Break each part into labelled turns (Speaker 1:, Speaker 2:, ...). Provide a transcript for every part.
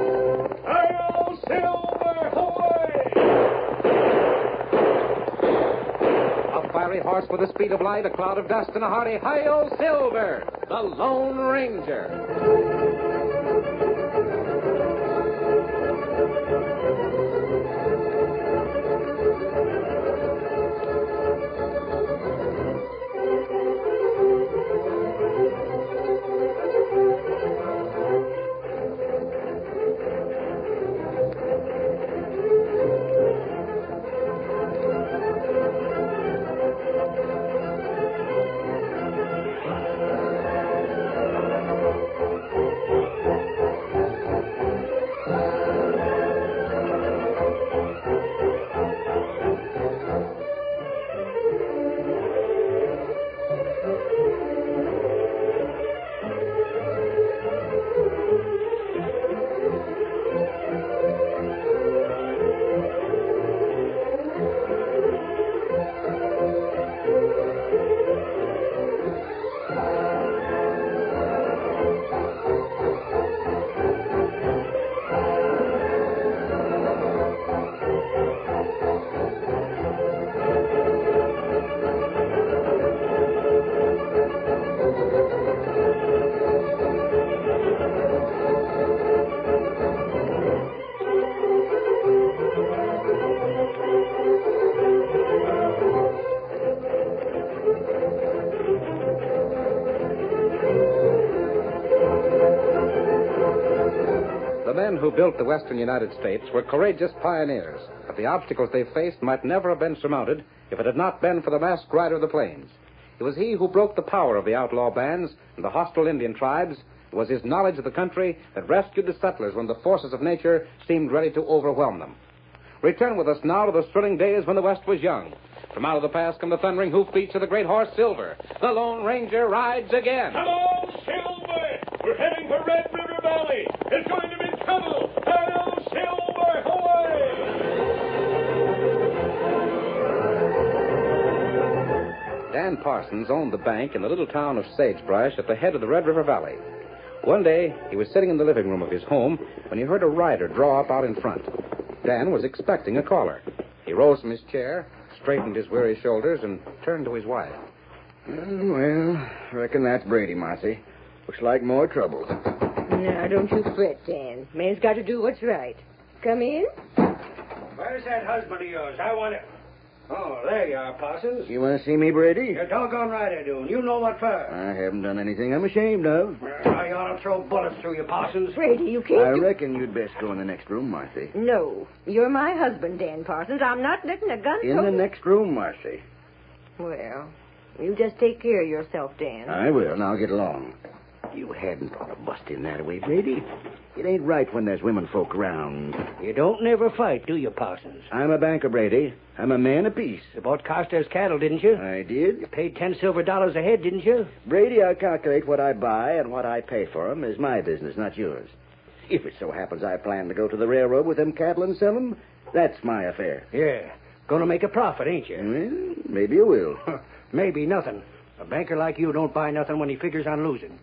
Speaker 1: Hail Silver, hoy!
Speaker 2: A fiery horse with the speed of light, a cloud of dust, and a hearty hi-yo silver, the Lone Ranger. The men who built the western United States were courageous pioneers, but the obstacles they faced might never have been surmounted if it had not been for the masked rider of the plains. It was he who broke the power of the outlaw bands and the hostile Indian tribes. It was his knowledge of the country that rescued the settlers when the forces of nature seemed ready to overwhelm them. Return with us now to the thrilling days when the West was young. From out of the past come the thundering hoofbeats of the great horse Silver. The Lone Ranger rides again.
Speaker 1: Hello, Silver! We're heading for Red River Valley. It's going to be trouble. Hail Silver, hoy!
Speaker 2: Dan Parsons owned the bank in the little town of Sagebrush at the head of the Red River Valley. One day, he was sitting in the living room of his home when he heard a rider draw up out in front. Dan was expecting a caller. He rose from his chair, straightened his weary shoulders, and turned to his wife. Mm, Well, reckon that's Brady, Marcy. Looks like more trouble.
Speaker 3: Now, don't you fret, Dan. Man's got to do what's right. Come in.
Speaker 4: Where's that husband of yours? I want to. Oh, there you are, Parsons.
Speaker 2: You want to see me, Brady?
Speaker 4: You're doggone right I do, and you know what for.
Speaker 2: I haven't done anything I'm ashamed of.
Speaker 4: I ought to throw bullets through you, Parsons.
Speaker 3: Brady, you can't.
Speaker 2: I
Speaker 3: do-
Speaker 2: reckon you'd best go in the next room, Marcy.
Speaker 3: No, you're my husband, Dan Parsons. I'm not letting a gun.
Speaker 2: In
Speaker 3: poke-
Speaker 2: the next room, Marcy.
Speaker 3: Well, you just take care of yourself, Dan.
Speaker 2: I will. Now get along. You hadn't ought to bust in that way, Brady. It ain't right when there's women folk around.
Speaker 4: You don't never fight, do you, Parsons?
Speaker 2: I'm a banker, Brady. I'm a man of peace.
Speaker 4: You bought Costa's cattle, didn't you?
Speaker 2: I did.
Speaker 4: Paid ten silver dollars a head, didn't you?
Speaker 2: Brady, I calculate what I buy and what I pay for 'em is my business, not yours. If it so happens I plan to go to the railroad with them cattle and sell 'em, that's my affair.
Speaker 4: Yeah. Gonna make a profit, ain't you?
Speaker 2: Well, maybe you will.
Speaker 4: Maybe nothing. A banker like you don't buy nothing when he figures on losing.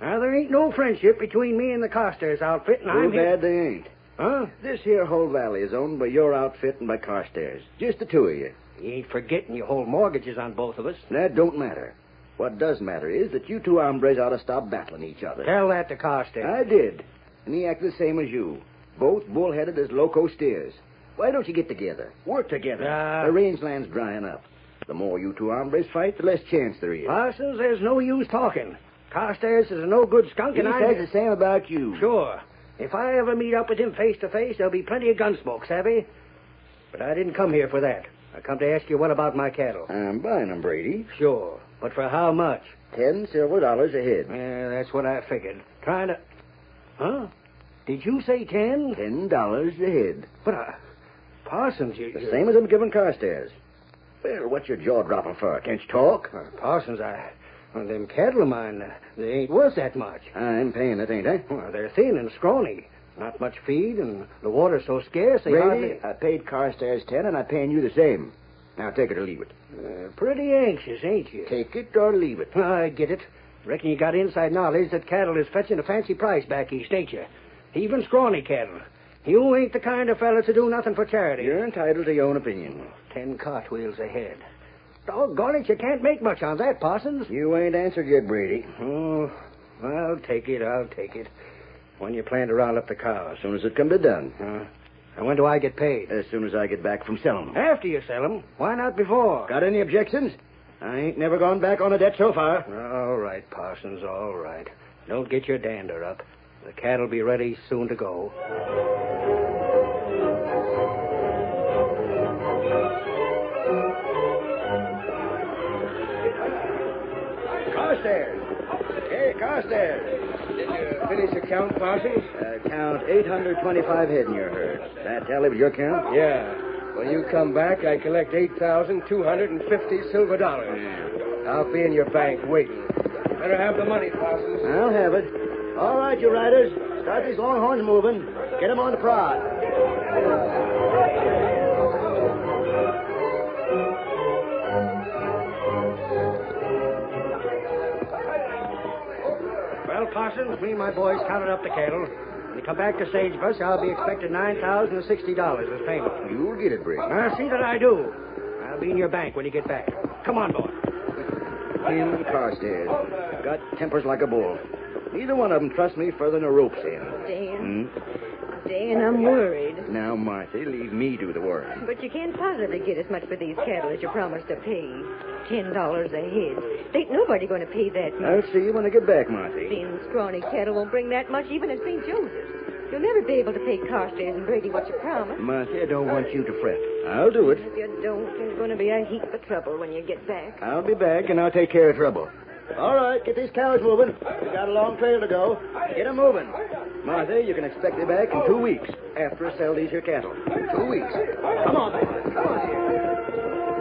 Speaker 4: Now, there ain't no friendship between me and the Costas outfit, and
Speaker 2: Too
Speaker 4: I'm here-
Speaker 2: bad they ain't.
Speaker 4: Huh?
Speaker 2: This here whole valley is owned by your outfit and by Carstairs. Just the two of you.
Speaker 4: You ain't forgetting you hold mortgages on both of us.
Speaker 2: That don't matter. What does matter is that you two hombres ought to stop battling each other.
Speaker 4: Tell that to Costa.
Speaker 2: I did. And he acted the same as you. Both bullheaded as loco steers. Why don't you get together? Work together.
Speaker 4: Ah.
Speaker 2: the rangeland's drying up. The more you two hombres fight, the less chance there is.
Speaker 4: Parsons, there's no use talking. Carstairs is a no good skunk,
Speaker 2: he
Speaker 4: and I.
Speaker 2: says the same about you.
Speaker 4: Sure. If I ever meet up with him face to face, there'll be plenty of gun smoke, savvy? But I didn't come here for that. I come to ask you what about my cattle.
Speaker 2: I'm buying 'em, Brady.
Speaker 4: Sure, but for how much?
Speaker 2: Ten silver dollars a head.
Speaker 4: Yeah, Uh, that's what I figured. Trying to. Huh? Did you say ten?
Speaker 2: Ten dollars a head.
Speaker 4: But I. Parsons, you.
Speaker 2: The same as I'm giving Carstairs. Well, what's your jaw dropping for? Can't you talk?
Speaker 4: Uh, Parsons, I. Well, them cattle of mine, uh, they ain't worth that much.
Speaker 2: I'm paying it, ain't I?
Speaker 4: Well, they're thin and scrawny. Not much feed, and the water's so scarce they
Speaker 2: Brady, I paid Carstairs ten, and I'm paying you the same. Now take it or leave it.
Speaker 4: hardly. Uh, pretty anxious, ain't you?
Speaker 2: Take it or leave it.
Speaker 4: I get it. Reckon you got inside knowledge that cattle is fetching a fancy price back east, ain't you? Even scrawny cattle. You ain't the kind of fella to do nothing for charity.
Speaker 2: You're entitled to your own opinion.
Speaker 4: Ten cartwheels ahead. Doggone it, you can't make much on that, Parsons.
Speaker 2: You ain't answered yet, Brady.
Speaker 4: Oh, I'll take it, I'll take it. When you plan to round up the cows.
Speaker 2: As soon as it can be done.
Speaker 4: Huh? And when do I get paid?
Speaker 2: As soon as I get back from selling 'em.
Speaker 4: After you sell 'em. Why not before?
Speaker 2: Got any objections? I ain't never gone back on a debt so far.
Speaker 4: All right, Parsons, all right. Don't get your dander up. The cat'll be ready soon to go.
Speaker 2: Carstairs. Hey, Carstairs. Did you finish the count, Parsons? Uh, count 825 head in your herd. That tally was your count?
Speaker 5: Yeah. When you come back, I collect 8,250 silver dollars. I'll be in your bank waiting. Better have the money, Parsons.
Speaker 2: I'll have it. All right, you riders. Start these longhorns moving. Get 'em on the prod.
Speaker 4: Well, Parsons, me and my boys counted up the cattle. When you come back to Sagebrush, I'll be expecting $9,060 as payment.
Speaker 2: You'll get it, Brady.
Speaker 4: Now, Uh, see that I do. I'll be in your bank when you get back. Come on, boy.
Speaker 2: Him and Carstairs. Got tempers like a bull. Neither one of 'em trust me further than a rope's end.
Speaker 3: Dan, Dan, I'm worried.
Speaker 2: Now, Marthy, leave me do the work.
Speaker 3: But you can't possibly get as much for these cattle as you promised to pay. Ten dollars a head. Ain't nobody going to pay that much.
Speaker 2: I'll see you when I get back, Marthy.
Speaker 3: Thin, scrawny cattle won't bring that much even at St. Joseph's. You'll never be able to pay Carstairs and Brady what you promised.
Speaker 2: Marthy, I don't want you to fret. I'll do it.
Speaker 3: If you don't, there's going to be a heap of trouble when you get back.
Speaker 2: I'll be back, and I'll take care of trouble. All right, get these cows moving. We got a long trail to go. Get 'em moving. Martha, you can expect me back in two weeks after I sell these here cattle. Two weeks. Come on, boys. Come on.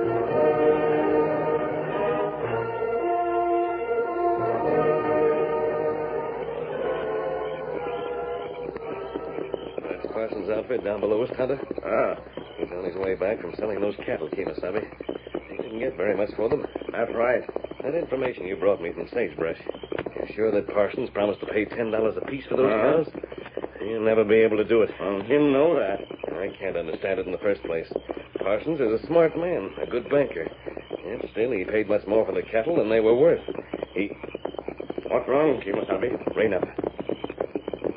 Speaker 5: That's Parsons' outfit down below us, Tonto. Ah. He's on his way back from selling those cattle, Kemosabe. He didn't get very much for them. That's right. That information you brought me from Sagebrush. You're sure that Parsons promised to pay ten dollars apiece for those cows? He'll never be able to do it. Ah. Well, him know that. I can't understand it in the first place. Parsons is a smart man, a good banker. Yet still, he paid much more for the cattle than they were worth. He. What's wrong, Kemosabe? Rain up.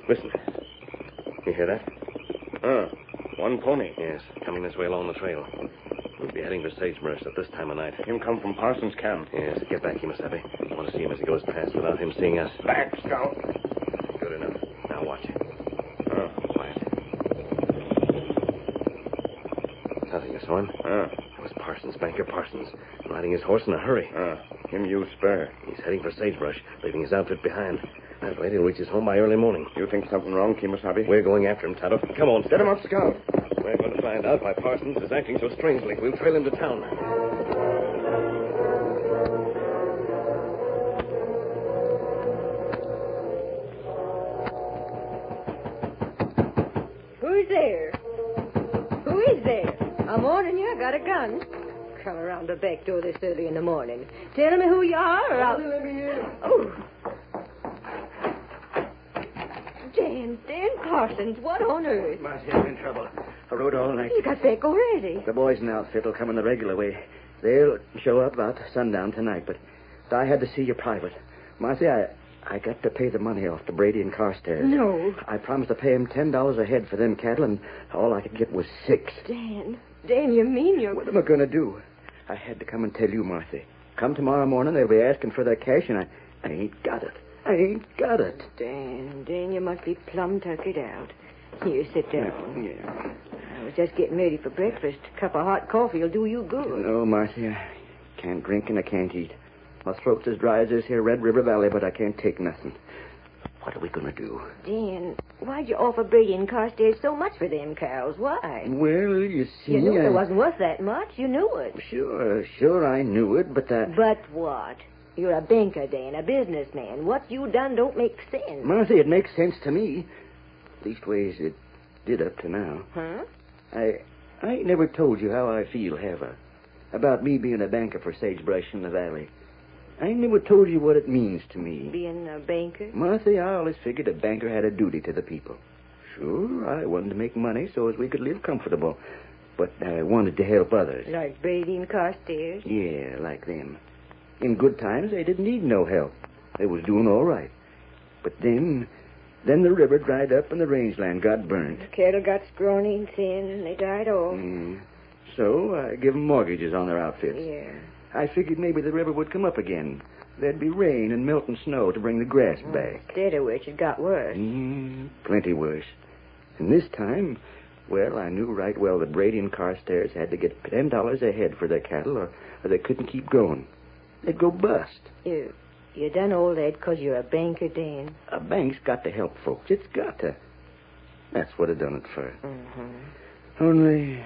Speaker 5: Listen. You hear that? Huh. Ah, One pony. Yes, coming this way along the trail. We'll be heading for Sagebrush at this time of night. Him come from Parsons Camp. Yes, get back, Kimasabe. I want to see him as he goes past without him seeing us. Back, scout. Good enough. Now watch. Oh, quiet. Nothing, you saw him? Huh. It was Parsons, banker Parsons, riding his horse in a hurry. Huh. Ah, Him you spare. He's heading for Sagebrush, leaving his outfit behind. That way he'll reach his home by early morning. You think something wrong, Kimasabi? We're going after him, Tonto. Come on. Set him up, Scout. We're going to find out why Parsons is acting so strangely. We'll trail him to town.
Speaker 3: Who's there? Who is there? I'm warning you, I got a gun. Come around the back door this early in the morning. Tell me who you are, or I'll. Let me in. Oh. Dan, Dan Parsons, what on earth?
Speaker 2: Martha, I'm in trouble. I rode all night.
Speaker 3: You got back already.
Speaker 2: The boys and outfit will come in the regular way. They'll show up about sundown tonight, but I had to see you private. Marthy, I, I got to pay the money off to Brady and Carstairs.
Speaker 3: No.
Speaker 2: I promised to pay him ten dollars a head for them cattle, and all I could get was six.
Speaker 3: Dan, Dan, you mean you're.
Speaker 2: What am I going to do? I had to come and tell you, Marthy. Come tomorrow morning, they'll be asking for their cash, and I, I ain't got it.
Speaker 4: I ain't got it.
Speaker 3: Dan, Dan, you must be plumb tuckered out. Here, sit down.
Speaker 2: Yeah.
Speaker 3: I was just getting ready for breakfast. A cup of hot coffee will do you good.
Speaker 2: No, Marcy, I can't drink and I can't eat. My throat's as dry as this here Red River Valley, but I can't take nothing. What are we going to do?
Speaker 3: Dan, why'd you offer Brady and Carstairs so much for them cows? Why?
Speaker 2: Well, you see,
Speaker 3: You knew
Speaker 2: I...
Speaker 3: it wasn't worth that much. You knew it.
Speaker 2: Sure, sure, I knew it, but uh, that...
Speaker 3: But what? You're a banker, Dan, a businessman. What you done don't make sense.
Speaker 2: Marcy, it makes sense to me. Leastways, it did up to now.
Speaker 3: Huh?
Speaker 2: I, I ain't never told you how I feel, have I? About me being a banker for Sagebrush in the Valley. I ain't never told you what it means to me.
Speaker 3: Being a banker?
Speaker 2: Marthy, I always figured a banker had a duty to the people. Sure, I wanted to make money so as we could live comfortable. But I wanted to help others.
Speaker 3: Like Brady and Carstairs?
Speaker 2: Yeah, like them. In good times, they didn't need no help. They was doing all right. But then, then the river dried up and the rangeland got burned.
Speaker 3: Cattle got scrawny and thin, and they died off.
Speaker 2: Mm. So I give 'em mortgages on their outfits.
Speaker 3: Yeah.
Speaker 2: I figured maybe the river would come up again. There'd be rain and melt and snow to bring the grass
Speaker 3: Mm.
Speaker 2: back.
Speaker 3: Instead of which, it got worse.
Speaker 2: Mm, plenty worse. And this time, well, I knew right well that Brady and Carstairs had to get ten dollars a head for their cattle, or, or they couldn't keep going. They'd go bust.
Speaker 3: You, you done all that 'cause you're a banker, Dan.
Speaker 2: A bank's got to help folks. It's got to. That's what I done it for. Only,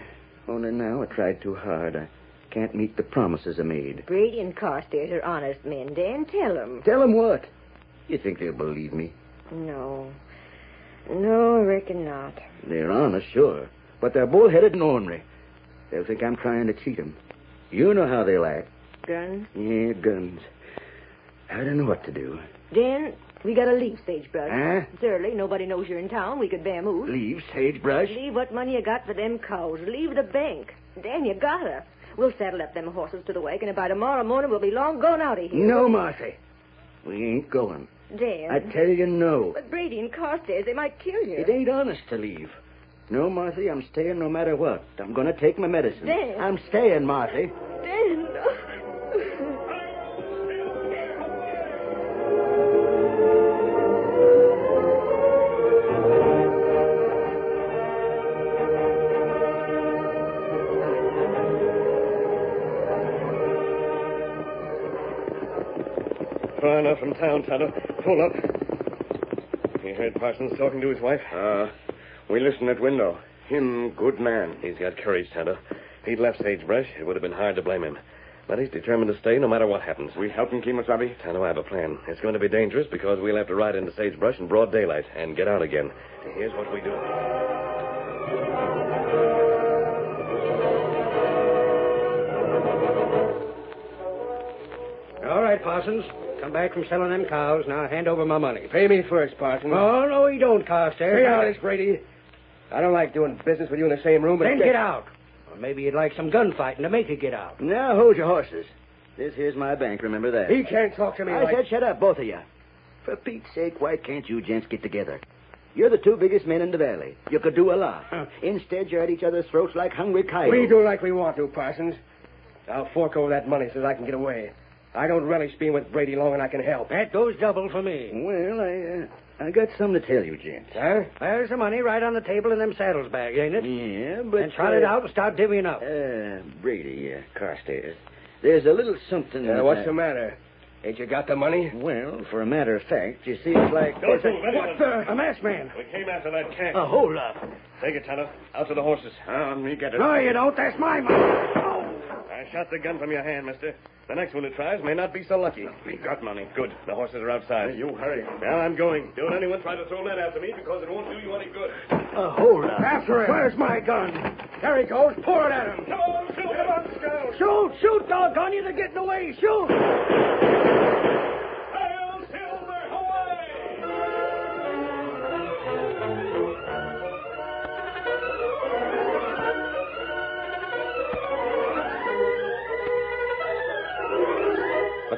Speaker 2: only now I tried too hard. I can't meet the promises I made.
Speaker 3: Brady and Carstairs are honest men, Dan. Tell 'em.
Speaker 2: Tell 'em what? You think they'll believe me?
Speaker 3: No. No, I reckon not.
Speaker 2: They're honest, sure, but they're bullheaded and ornery. They'll think I'm trying to cheat 'em. You know how they'll act.
Speaker 3: Guns?
Speaker 2: Yeah, guns. I don't know what to do.
Speaker 3: Dan, we gotta leave Sagebrush.
Speaker 2: Huh?
Speaker 3: It's early. Nobody knows you're in town. We could vamoose.
Speaker 2: Leave sagebrush?
Speaker 3: Leave what money you got for them cows. Leave the bank. Dan, you gotta. We'll saddle up them horses to the wagon, and by tomorrow morning we'll be long gone out of here.
Speaker 2: No, Marcy. We ain't going.
Speaker 3: Dan.
Speaker 2: I tell you, no.
Speaker 3: But Brady and Carstairs, they might kill you.
Speaker 2: It ain't honest to leave. No, Marcy, I'm staying no matter what. I'm going to take my medicine.
Speaker 3: Dad.
Speaker 2: I'm staying, Marcy.
Speaker 3: Dan.
Speaker 5: Far enough from town, Tonto. Pull up. You heard Parsons talking to his wife? Uh, we listened at window. Him good man. He's got courage, Tonto. If he'd left Sagebrush, it would have been hard to blame him. But he's determined to stay no matter what happens. We help him, Kemosabe? Tonto, I have a plan. It's going to be dangerous because we'll have to ride into Sagebrush in broad daylight and get out again. Here's what we do.
Speaker 4: All right, Parsons. Come back from selling them cows. Now hand over my money.
Speaker 2: Pay me first, Parsons.
Speaker 4: Oh, no, he don't, Carstairs.
Speaker 2: Hey, Alex Brady. I don't like doing business with you in the same room.
Speaker 4: Then get out. Or maybe you'd like some gunfighting to make you get out.
Speaker 2: Now hold your horses. This here's my bank. Remember that.
Speaker 4: He can't talk to me
Speaker 2: I
Speaker 4: like-
Speaker 2: said, shut up, both of you. For Pete's sake, why can't you gents get together? You're the two biggest men in the valley. You could do a lot.
Speaker 4: Huh.
Speaker 2: Instead, you're at each other's throats like hungry coyotes.
Speaker 4: We do like we want to, Parsons. I'll fork over that money so that I can get away. I don't relish being with Brady long and I can help. That goes double for me.
Speaker 2: Well, I, uh, I got something to tell you, gents.
Speaker 4: Huh? There's the money right on the table in them saddles bags, ain't it?
Speaker 2: Yeah, but
Speaker 4: and trot it
Speaker 2: uh,
Speaker 4: out and start divvying up.
Speaker 2: Uh, Brady, uh, Carstairs. There's a little something.
Speaker 4: Uh,
Speaker 2: that I-
Speaker 4: matter? Ain't you got the money?
Speaker 2: Well, for a matter of fact, you see, it's like
Speaker 5: Go to, let
Speaker 4: What
Speaker 5: him-
Speaker 4: the? A masked man.
Speaker 5: We came after that cat.
Speaker 4: A hold up.
Speaker 5: Take it, Tonto. Out to the horses. Uh, me get
Speaker 4: No, Um, you don't. That's my money.
Speaker 5: I shot the gun from your hand, mister. The next one who tries may not be so lucky. We got money. Good. The horses are outside. You hurry. Now I'm going. Don't anyone try to throw that after me because it won't do you any good.
Speaker 2: a hold up.
Speaker 4: After him. Where's my gun? There he goes. Pour it at him.
Speaker 5: Come on, shoot! Come on, Scout!
Speaker 4: Shoot, shoot, doggone you. They're getting away. Shoot.
Speaker 6: Hail Silver Hawaii!
Speaker 7: The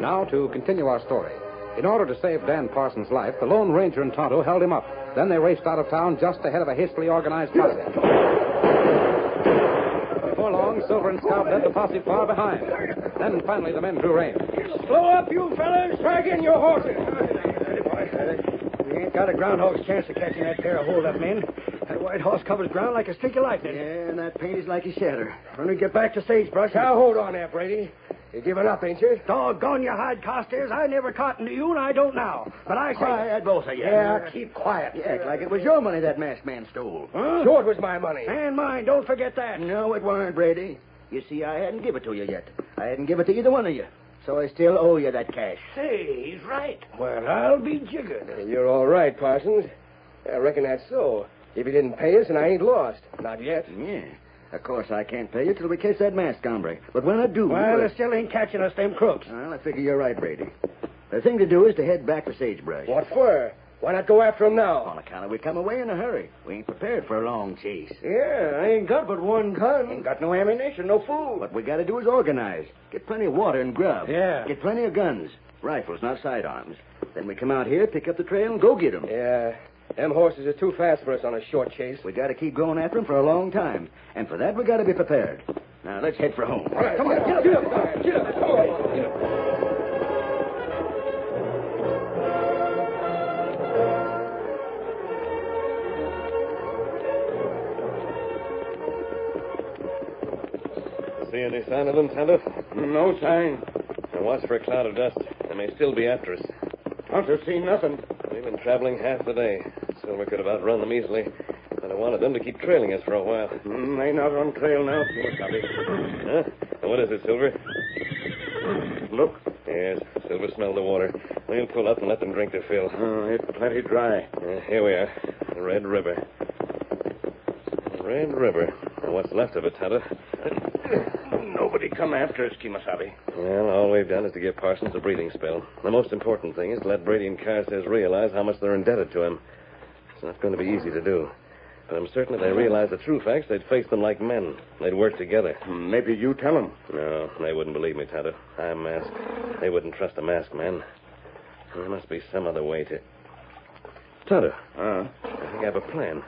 Speaker 8: Now to continue our story. In order to save Dan Parsons' life, the Lone Ranger and Tonto held him up. Then they raced out of town just ahead of a hastily organized posse. Before long, Silver and Scout led the posse far behind. Then finally the men drew rein.
Speaker 9: Slow up, you fellas. Drag in your horses. We ain't got a groundhog's chance of catching that pair of hold-up men. That white horse covers ground like a streak of lightning.
Speaker 4: Yeah, and that paint is like a shatter.
Speaker 9: When we get back to Sagebrush... Now, hold on there, Brady. You're giving up, ain't you? Doggone your hide, Costas. I never cottoned to you, and I don't now. But I say...
Speaker 4: Quiet, both of you.
Speaker 9: Yeah, keep quiet.
Speaker 4: You act like it was your money that masked man stole.
Speaker 9: Huh? Sure, it was my money. And mine. Don't forget that.
Speaker 4: No, it weren't, Brady. You see, I hadn't give it to you yet. I hadn't give it to either one of you. So I still owe you that cash.
Speaker 9: Say, he's right. Well, I'll be jiggered.
Speaker 2: You're all right, Parsons. I reckon that's so. If you didn't pay us, and I ain't lost. Not yet.
Speaker 4: Yeah. Of course, I can't pay you till we catch that masked hombre. But when I do...
Speaker 9: Well, they still ain't catching us, them crooks.
Speaker 4: Well, I figure you're right, Brady. The thing to do is to head back for Sagebrush.
Speaker 2: What for? Why not go after him now?
Speaker 4: On account of we come away in a hurry. We ain't prepared for a long chase.
Speaker 2: Yeah, I ain't got but one gun. Ain't got no ammunition, no food.
Speaker 4: What we gotta do is organize. Get plenty of water and grub.
Speaker 2: Yeah.
Speaker 4: Get plenty of guns. Rifles, not sidearms. Then we come out here, pick up the trail, and go get 'em.
Speaker 2: Yeah, them horses are too fast for us on a short chase.
Speaker 4: We gotta keep going after 'em for a long time. And for that, we gotta be prepared. Now, let's head for home.
Speaker 2: Come on, get up, get up, get up. See any sign of them, Tonto?
Speaker 5: No sign.
Speaker 2: Now watch for a cloud of dust. They may still be after us.
Speaker 5: Tonto seen nothing.
Speaker 2: We've been traveling half the day. Silver could have outrun them easily. But I wanted them to keep trailing us for a while.
Speaker 5: Mm, they not on trail now.
Speaker 2: Huh? Now, What is it, Silver?
Speaker 5: Look,
Speaker 2: Yes, Silver smelled the water. We'll pull up and let them drink their fill.
Speaker 5: uh, it's plenty dry.
Speaker 2: Uh, here we are. The Red River. Red River. Now, what's left of it, Tonto?
Speaker 5: Nobody come after us, Kimasabi.
Speaker 2: Well, all we've done is to give Parsons a breathing spell. The most important thing is to let Brady and Carstairs realize how much they're indebted to him. It's not going to be easy to do. But I'm certain if they realized the true facts, they'd face them like men. They'd work together.
Speaker 5: Maybe you tell 'em.
Speaker 2: No, they wouldn't believe me, Tonto. I'm masked. They wouldn't trust a masked man. There must be some other way to. Tonto,
Speaker 5: Uh,
Speaker 2: I think I have a plan.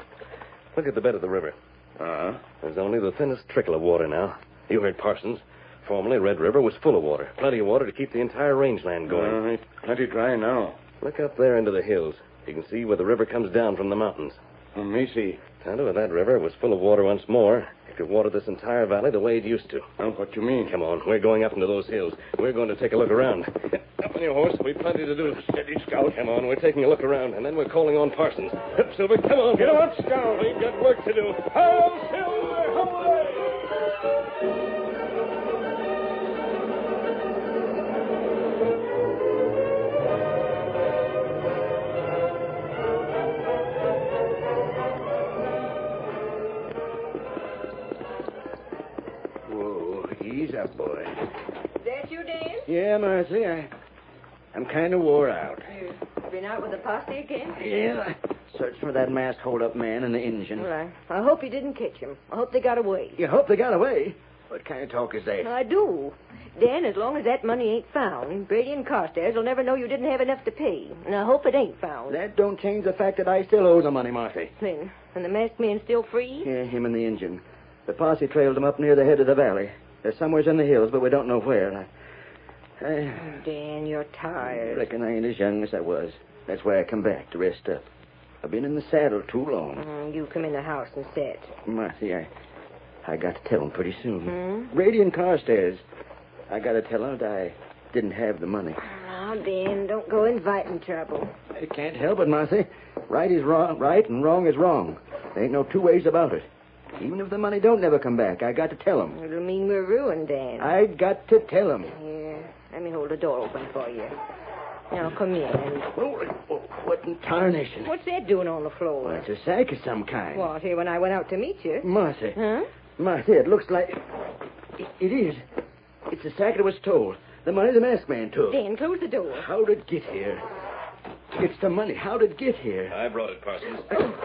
Speaker 2: Look at the bed of the river.
Speaker 5: uh,
Speaker 2: There's only the thinnest trickle of water now. You heard Parsons. Formerly, Red River was full of water. Plenty of water to keep the entire rangeland going.
Speaker 5: uh, it's plenty dry now.
Speaker 2: Look up there into the hills. You can see where the river comes down from the mountains.
Speaker 5: Let me see.
Speaker 2: Tonto, if that river was full of water once more, it could water this entire valley the way it used to.
Speaker 5: Uh, what you mean?
Speaker 2: Come on, we're going up into those hills. We're going to take a look around. Up on your horse. We've plenty to do. Steady, Scout. Come on, we're taking a look around, and then we're calling on Parsons. Up, Silver, come on. Get on, Scout. We've got work to do.
Speaker 10: Hail, Silver, hooray!
Speaker 4: Whoa, ease up, boy.
Speaker 3: That you, Dan?
Speaker 4: Yeah, Marcy, I, I'm kind of wore out.
Speaker 3: You've been out with the posse again?
Speaker 4: Yeah. Search for that masked hold-up man and the engine.
Speaker 3: Well, I, I hope you didn't catch him. I hope they got away.
Speaker 4: You hope they got away? What kind of talk is that?
Speaker 3: I do. Dan, as long as that money ain't found, Brady and Carstairs will never know you didn't have enough to pay. And I hope it ain't found.
Speaker 4: That don't change the fact that I still owe the money, Marcy.
Speaker 3: Then, and the masked man's still free?
Speaker 4: Yeah, him and the engine. The posse trailed them up near the head of the valley. They're somewheres in the hills, but we don't know where. I, I
Speaker 3: Dan, you're tired.
Speaker 4: reckon I ain't as young as I was. That's why I come back to rest up.
Speaker 2: I've been in the saddle too long.
Speaker 3: Mm, you come in the house and sit.
Speaker 2: Marcy, I, I got to tell him pretty soon. Radiant Carstairs. I got to tell her that I didn't have the money.
Speaker 3: Now, Ben, don't go inviting trouble.
Speaker 2: I can't help it, Marcy. Right is wrong, right, and wrong is wrong. There ain't no two ways about it. Even if the money don't never come back, I got to tell him.
Speaker 3: It'll mean we're ruined, Ben.
Speaker 2: I got to tell him.
Speaker 3: Here, let me hold the door open for you. Now, come in. And...
Speaker 2: What in tarnation?
Speaker 3: What's that doing on the
Speaker 2: Well,
Speaker 3: floor?
Speaker 2: it's a sack of some kind.
Speaker 3: What, here when I went out to meet you?
Speaker 2: Marcy,
Speaker 3: Huh?
Speaker 2: Marcy, it looks like it, it is. It's a sack that was stole. The money the masked man took.
Speaker 3: Ben, close the door.
Speaker 2: How did it get here? It's the money. How did it get here?
Speaker 5: I brought it, Parsons.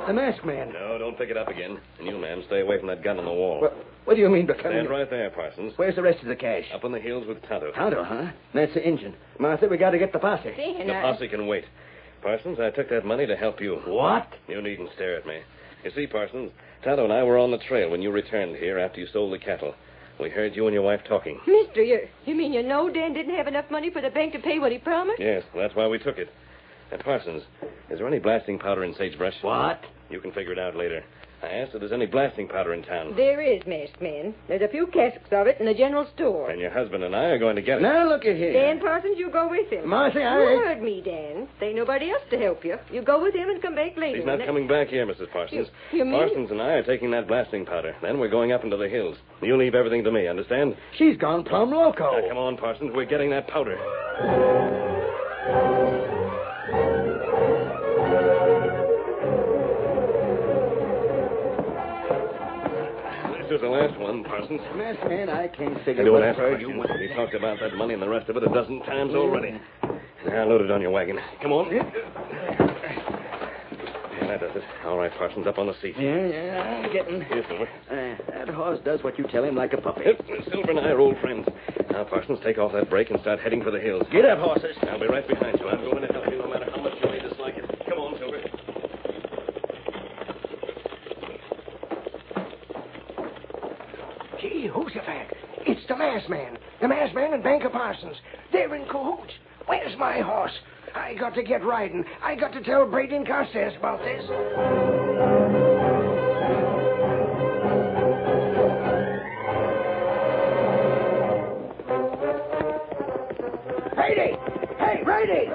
Speaker 2: The masked man.
Speaker 5: No, don't pick it up again. And you, ma'am, stay away from that gun on the wall.
Speaker 2: What, what do you mean by coming?
Speaker 5: Stand right there, Parsons.
Speaker 2: Where's the rest of the cash?
Speaker 5: Up on the hills with Tonto.
Speaker 2: Tonto, huh? That's the engine. Martha, we got to get the posse.
Speaker 3: Ben,
Speaker 5: The
Speaker 3: I-
Speaker 5: posse can wait. Parsons, I took that money to help you.
Speaker 2: What?
Speaker 5: You needn't stare at me. You see, Parsons, Tonto and I were on the trail when you returned here after you sold the cattle. We heard you and your wife talking.
Speaker 3: Mister, you you mean you know Dan didn't have enough money for the bank to pay what he promised?
Speaker 5: Yes, that's why we took it. And Parsons, is there any blasting powder in sagebrush?
Speaker 2: What?
Speaker 5: You can figure it out later. I asked if there's any blasting powder in town.
Speaker 3: There is, masked man. There's a few casks of it in the general store.
Speaker 5: And your husband and I are going to get it.
Speaker 2: Now look at here.
Speaker 3: Dan Parsons, you go with him.
Speaker 2: Marcy, I-
Speaker 3: You heard me, Dan. There ain't nobody else to help you. You go with him and come back later.
Speaker 5: He's not
Speaker 3: And-
Speaker 5: coming back here, Mrs. Parsons.
Speaker 3: You- you mean-
Speaker 5: Parsons and I are taking that blasting powder. Then we're going up into the hills. You leave everything to me, understand?
Speaker 2: She's gone plumb loco.
Speaker 5: Now, come on, Parsons. We're getting that powder. This is the last one, Parsons.
Speaker 2: Masked man, I can't figure
Speaker 5: I don't
Speaker 2: what
Speaker 5: ask
Speaker 2: bird
Speaker 5: questions.
Speaker 2: you
Speaker 5: You,
Speaker 2: went-
Speaker 5: talked about that money and the rest of it a dozen times already. Now load it on your wagon. Come on. Yeah, that does it. All right, Parsons, up on the seat.
Speaker 2: Yeah, yeah, I'm getting.
Speaker 5: Here, Silver.
Speaker 2: Uh, that horse does what you tell him like a puppy.
Speaker 5: Yep, Silver and I are old friends. Now, Parsons, take off that brake and start heading for the hills.
Speaker 2: Get up, horses.
Speaker 5: I'll be right behind you. I'm going to help you no matter how much you may dislike it. Come on, Silver.
Speaker 4: Gee, who's the fact? It's the masked man. The masked man and Banker Parsons. They're in cahoots. Where's my horse? I got to get riding. I got to tell Braden Carstairs about this. Brady! Hey, Brady!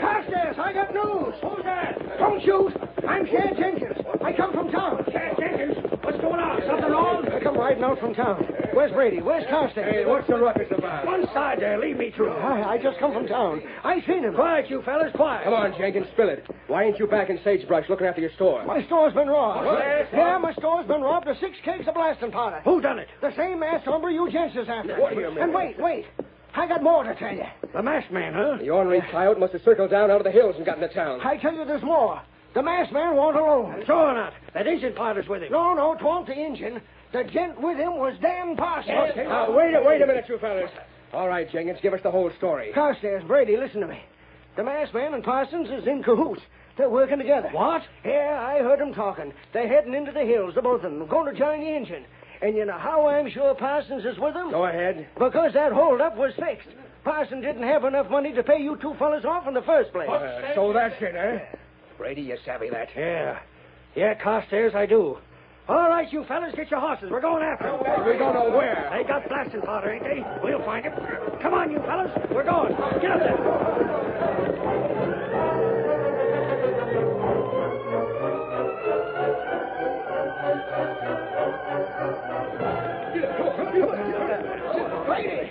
Speaker 4: Carstairs, I got news! Who's that? Don't shoot! I'm Sheriff Jenkins. I come from town. Sheriff Jenkins? What's going on? Something wrong? I Uh, come riding out from town. Where's Brady? Where's Carstairs? Hey, what's the ruckus about? One side there. Leave me through. I, I just come from town. I seen him. Quiet, you fellas, quiet. Come on, Jenkins, spill it. Why ain't you back in Sagebrush looking after your store? My store's been robbed. Yeah, my store's been robbed of six kegs of blasting powder. Who done it? The same masked hombre you gents is after. and wait, wait. I got more to tell you. The masked man, huh? The ornery coyote must have circled down out of the hills and got into town. I tell you, there's more. The masked man won't alone. Sure not. That engine partner's with him. No, no, twon't the engine. The gent with him was Dan Parsons. Okay, now, wait, a, wait a minute, you fellas. All right, Jenkins, give us the whole story. Carstairs, Brady, listen to me. The masked man and Parsons is in cahoots. They're working together. What? Yeah, I heard 'em talking. They're heading into the hills, the both of 'em, going to join the engine. And you know how I'm sure Parsons is with 'em? Go ahead. Because that holdup was fixed. Parsons didn't have enough money to pay you two fellas off in the first place. so that's it, eh? Brady, you savvy that. Yeah. Yeah, Carstairs, I do. All right, you fellas, get your horses. We're going after them. We don't know where. They got blasting powder, ain't they? We'll find them. Come on, you fellas. We're going. Get up there. Brady!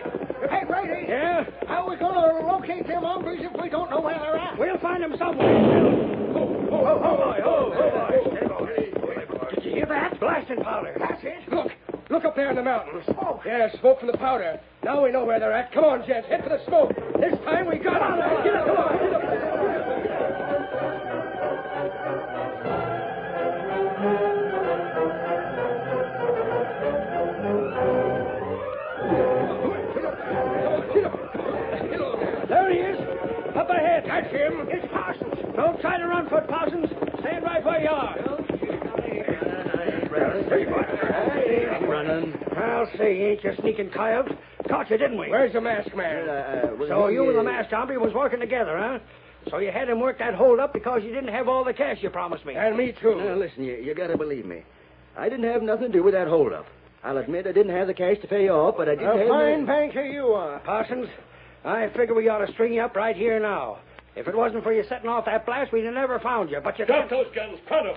Speaker 4: Hey, Brady! Yeah? How are we going to locate them hombres if we don't know where they're at? We'll find them somewhere. Oh, oh, oh, oh, boy, oh, oh, boy. Did you hear that? Blasting powder. That's it? Look. Look up there in the mountains. Smoke. Yeah, smoke from the powder. Now we know where they're at. Come on, gents. Head for the smoke. This time we got on. Get up, come on. Get up. There he is. Up ahead. That's him. It's Parsons. Don't try to run for it, Parsons. Stand right where you are. I'm running. I'll say, you ain't you sneaking coyote? Caught you, didn't we? Where's the masked man?
Speaker 2: Well, uh, uh, well,
Speaker 4: so
Speaker 2: he-
Speaker 4: you and the masked hombre was working together, huh? So you had him work that hold up because you didn't have all the cash you promised me.
Speaker 2: And me, too. Now, listen, you, you gotta believe me. I didn't have nothing to do with that holdup. I'll admit I didn't have the cash to pay you off, but I did
Speaker 4: A
Speaker 2: have...
Speaker 4: fine banker you are, Parsons. I figure we ought to string you up right here now. If it wasn't for you setting off that blast, we'd have never found you. But you can't.
Speaker 6: Drop those guns, pronto.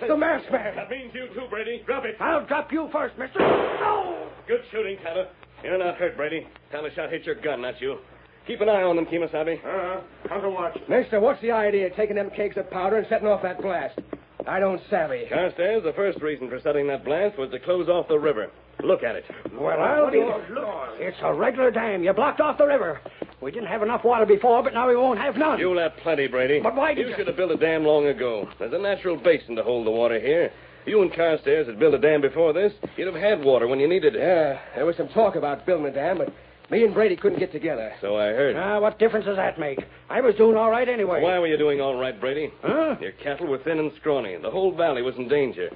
Speaker 4: the, the masked man.
Speaker 6: That means you too, Brady. Drop it.
Speaker 4: I'll drop you first, mister. Oh!
Speaker 6: Good shooting, Tonto.
Speaker 5: You're not hurt, Brady. Time shot hit your gun, not you. Keep an eye on them, Kemosabe.
Speaker 6: Uh-huh. Tonto watch.
Speaker 4: Mister, what's the idea of taking them cakes of powder and setting off that blast? I don't savvy.
Speaker 5: Carstairs, the first reason for setting that blast was to close off the river. Look at it.
Speaker 4: Well, I'll be. It's a regular dam. You blocked off the river. We didn't have enough water before, but now we won't have none.
Speaker 5: You'll have plenty, Brady.
Speaker 4: But why did
Speaker 5: you
Speaker 4: you-
Speaker 5: should have built a dam long ago. There's a natural basin to hold the water here. You and Carstairs had built a dam before this. You'd have had water when you needed it.
Speaker 11: Yeah, there was some talk about building a dam, but me and Brady couldn't get together.
Speaker 5: So I heard.
Speaker 4: Ah, what difference does that make? I was doing all right anyway.
Speaker 5: Why were you doing all right, Brady?
Speaker 4: Huh?
Speaker 5: Your cattle were thin and scrawny. The whole valley was in danger.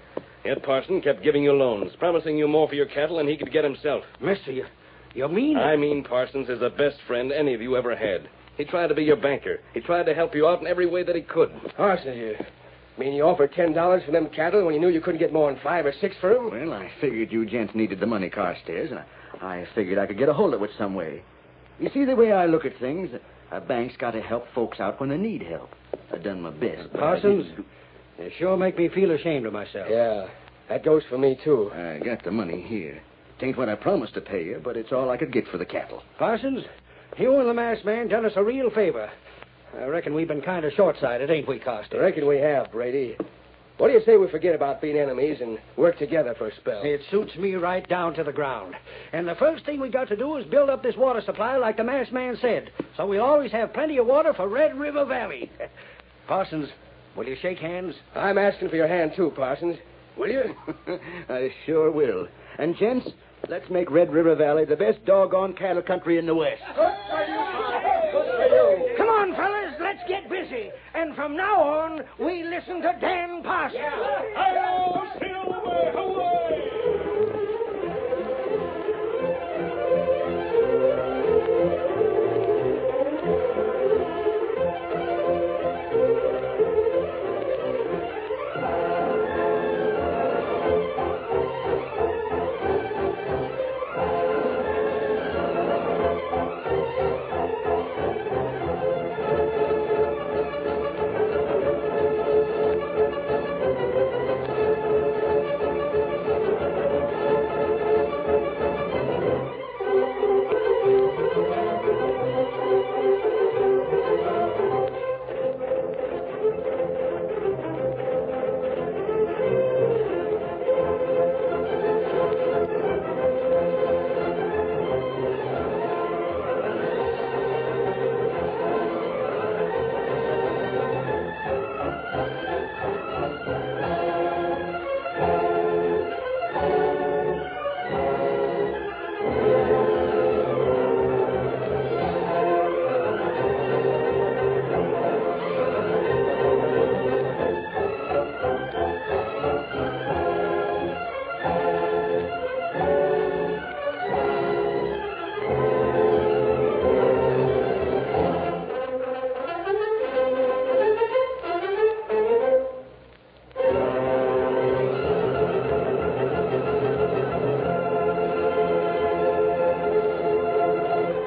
Speaker 5: Yet Parson kept giving you loans, promising you more for your cattle than he could get himself.
Speaker 4: Mister, you, you mean
Speaker 5: I mean, Parsons is the best friend any of you ever had. He tried to be your banker. He tried to help you out in every way that he could.
Speaker 11: Arson, you Oh, mean you offered ten dollars for them cattle when you knew you couldn't get more than five or six for 'em?
Speaker 2: Well, I figured you gents needed the money, Carstairs, and I, I figured I could get a hold of it some way. You see, the way I look at things, a bank's got to help folks out when they need help. I done my best. but I
Speaker 4: Parsons?
Speaker 2: didn't-
Speaker 4: You sure make me feel ashamed of myself.
Speaker 11: Yeah, that goes for me too.
Speaker 2: I got the money here. Tain't what I promised to pay you, but it's all I could get for the cattle.
Speaker 4: Parsons, you and the masked man done us a real favor. I reckon we've been kind of short-sighted, ain't we,
Speaker 11: I
Speaker 4: Costa?
Speaker 11: reckon we have, Brady. What do you say we forget about being enemies and work together for a spell?
Speaker 4: It suits me right down to the ground. And the first thing we got to do is build up this water supply like the masked man said, so we'll always have plenty of water for Red River Valley. Parsons, will you shake hands?
Speaker 11: I'm asking for your hand too, Parsons. Will you?
Speaker 2: I sure will. And, gents, let's make Red River Valley the best doggone cattle country in the West.
Speaker 4: Come on, fellas, let's get busy. And from now on, we listen to Dan Parsons.
Speaker 6: Hello, Silver, away!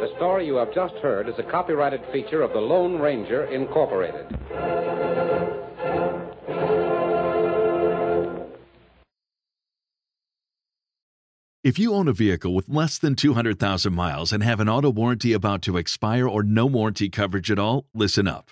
Speaker 7: The story you have just heard is a copyrighted feature of the Lone Ranger, Incorporated.
Speaker 12: If you own a vehicle with less than 200,000 miles and have an auto warranty about to expire or no warranty coverage at all, listen up.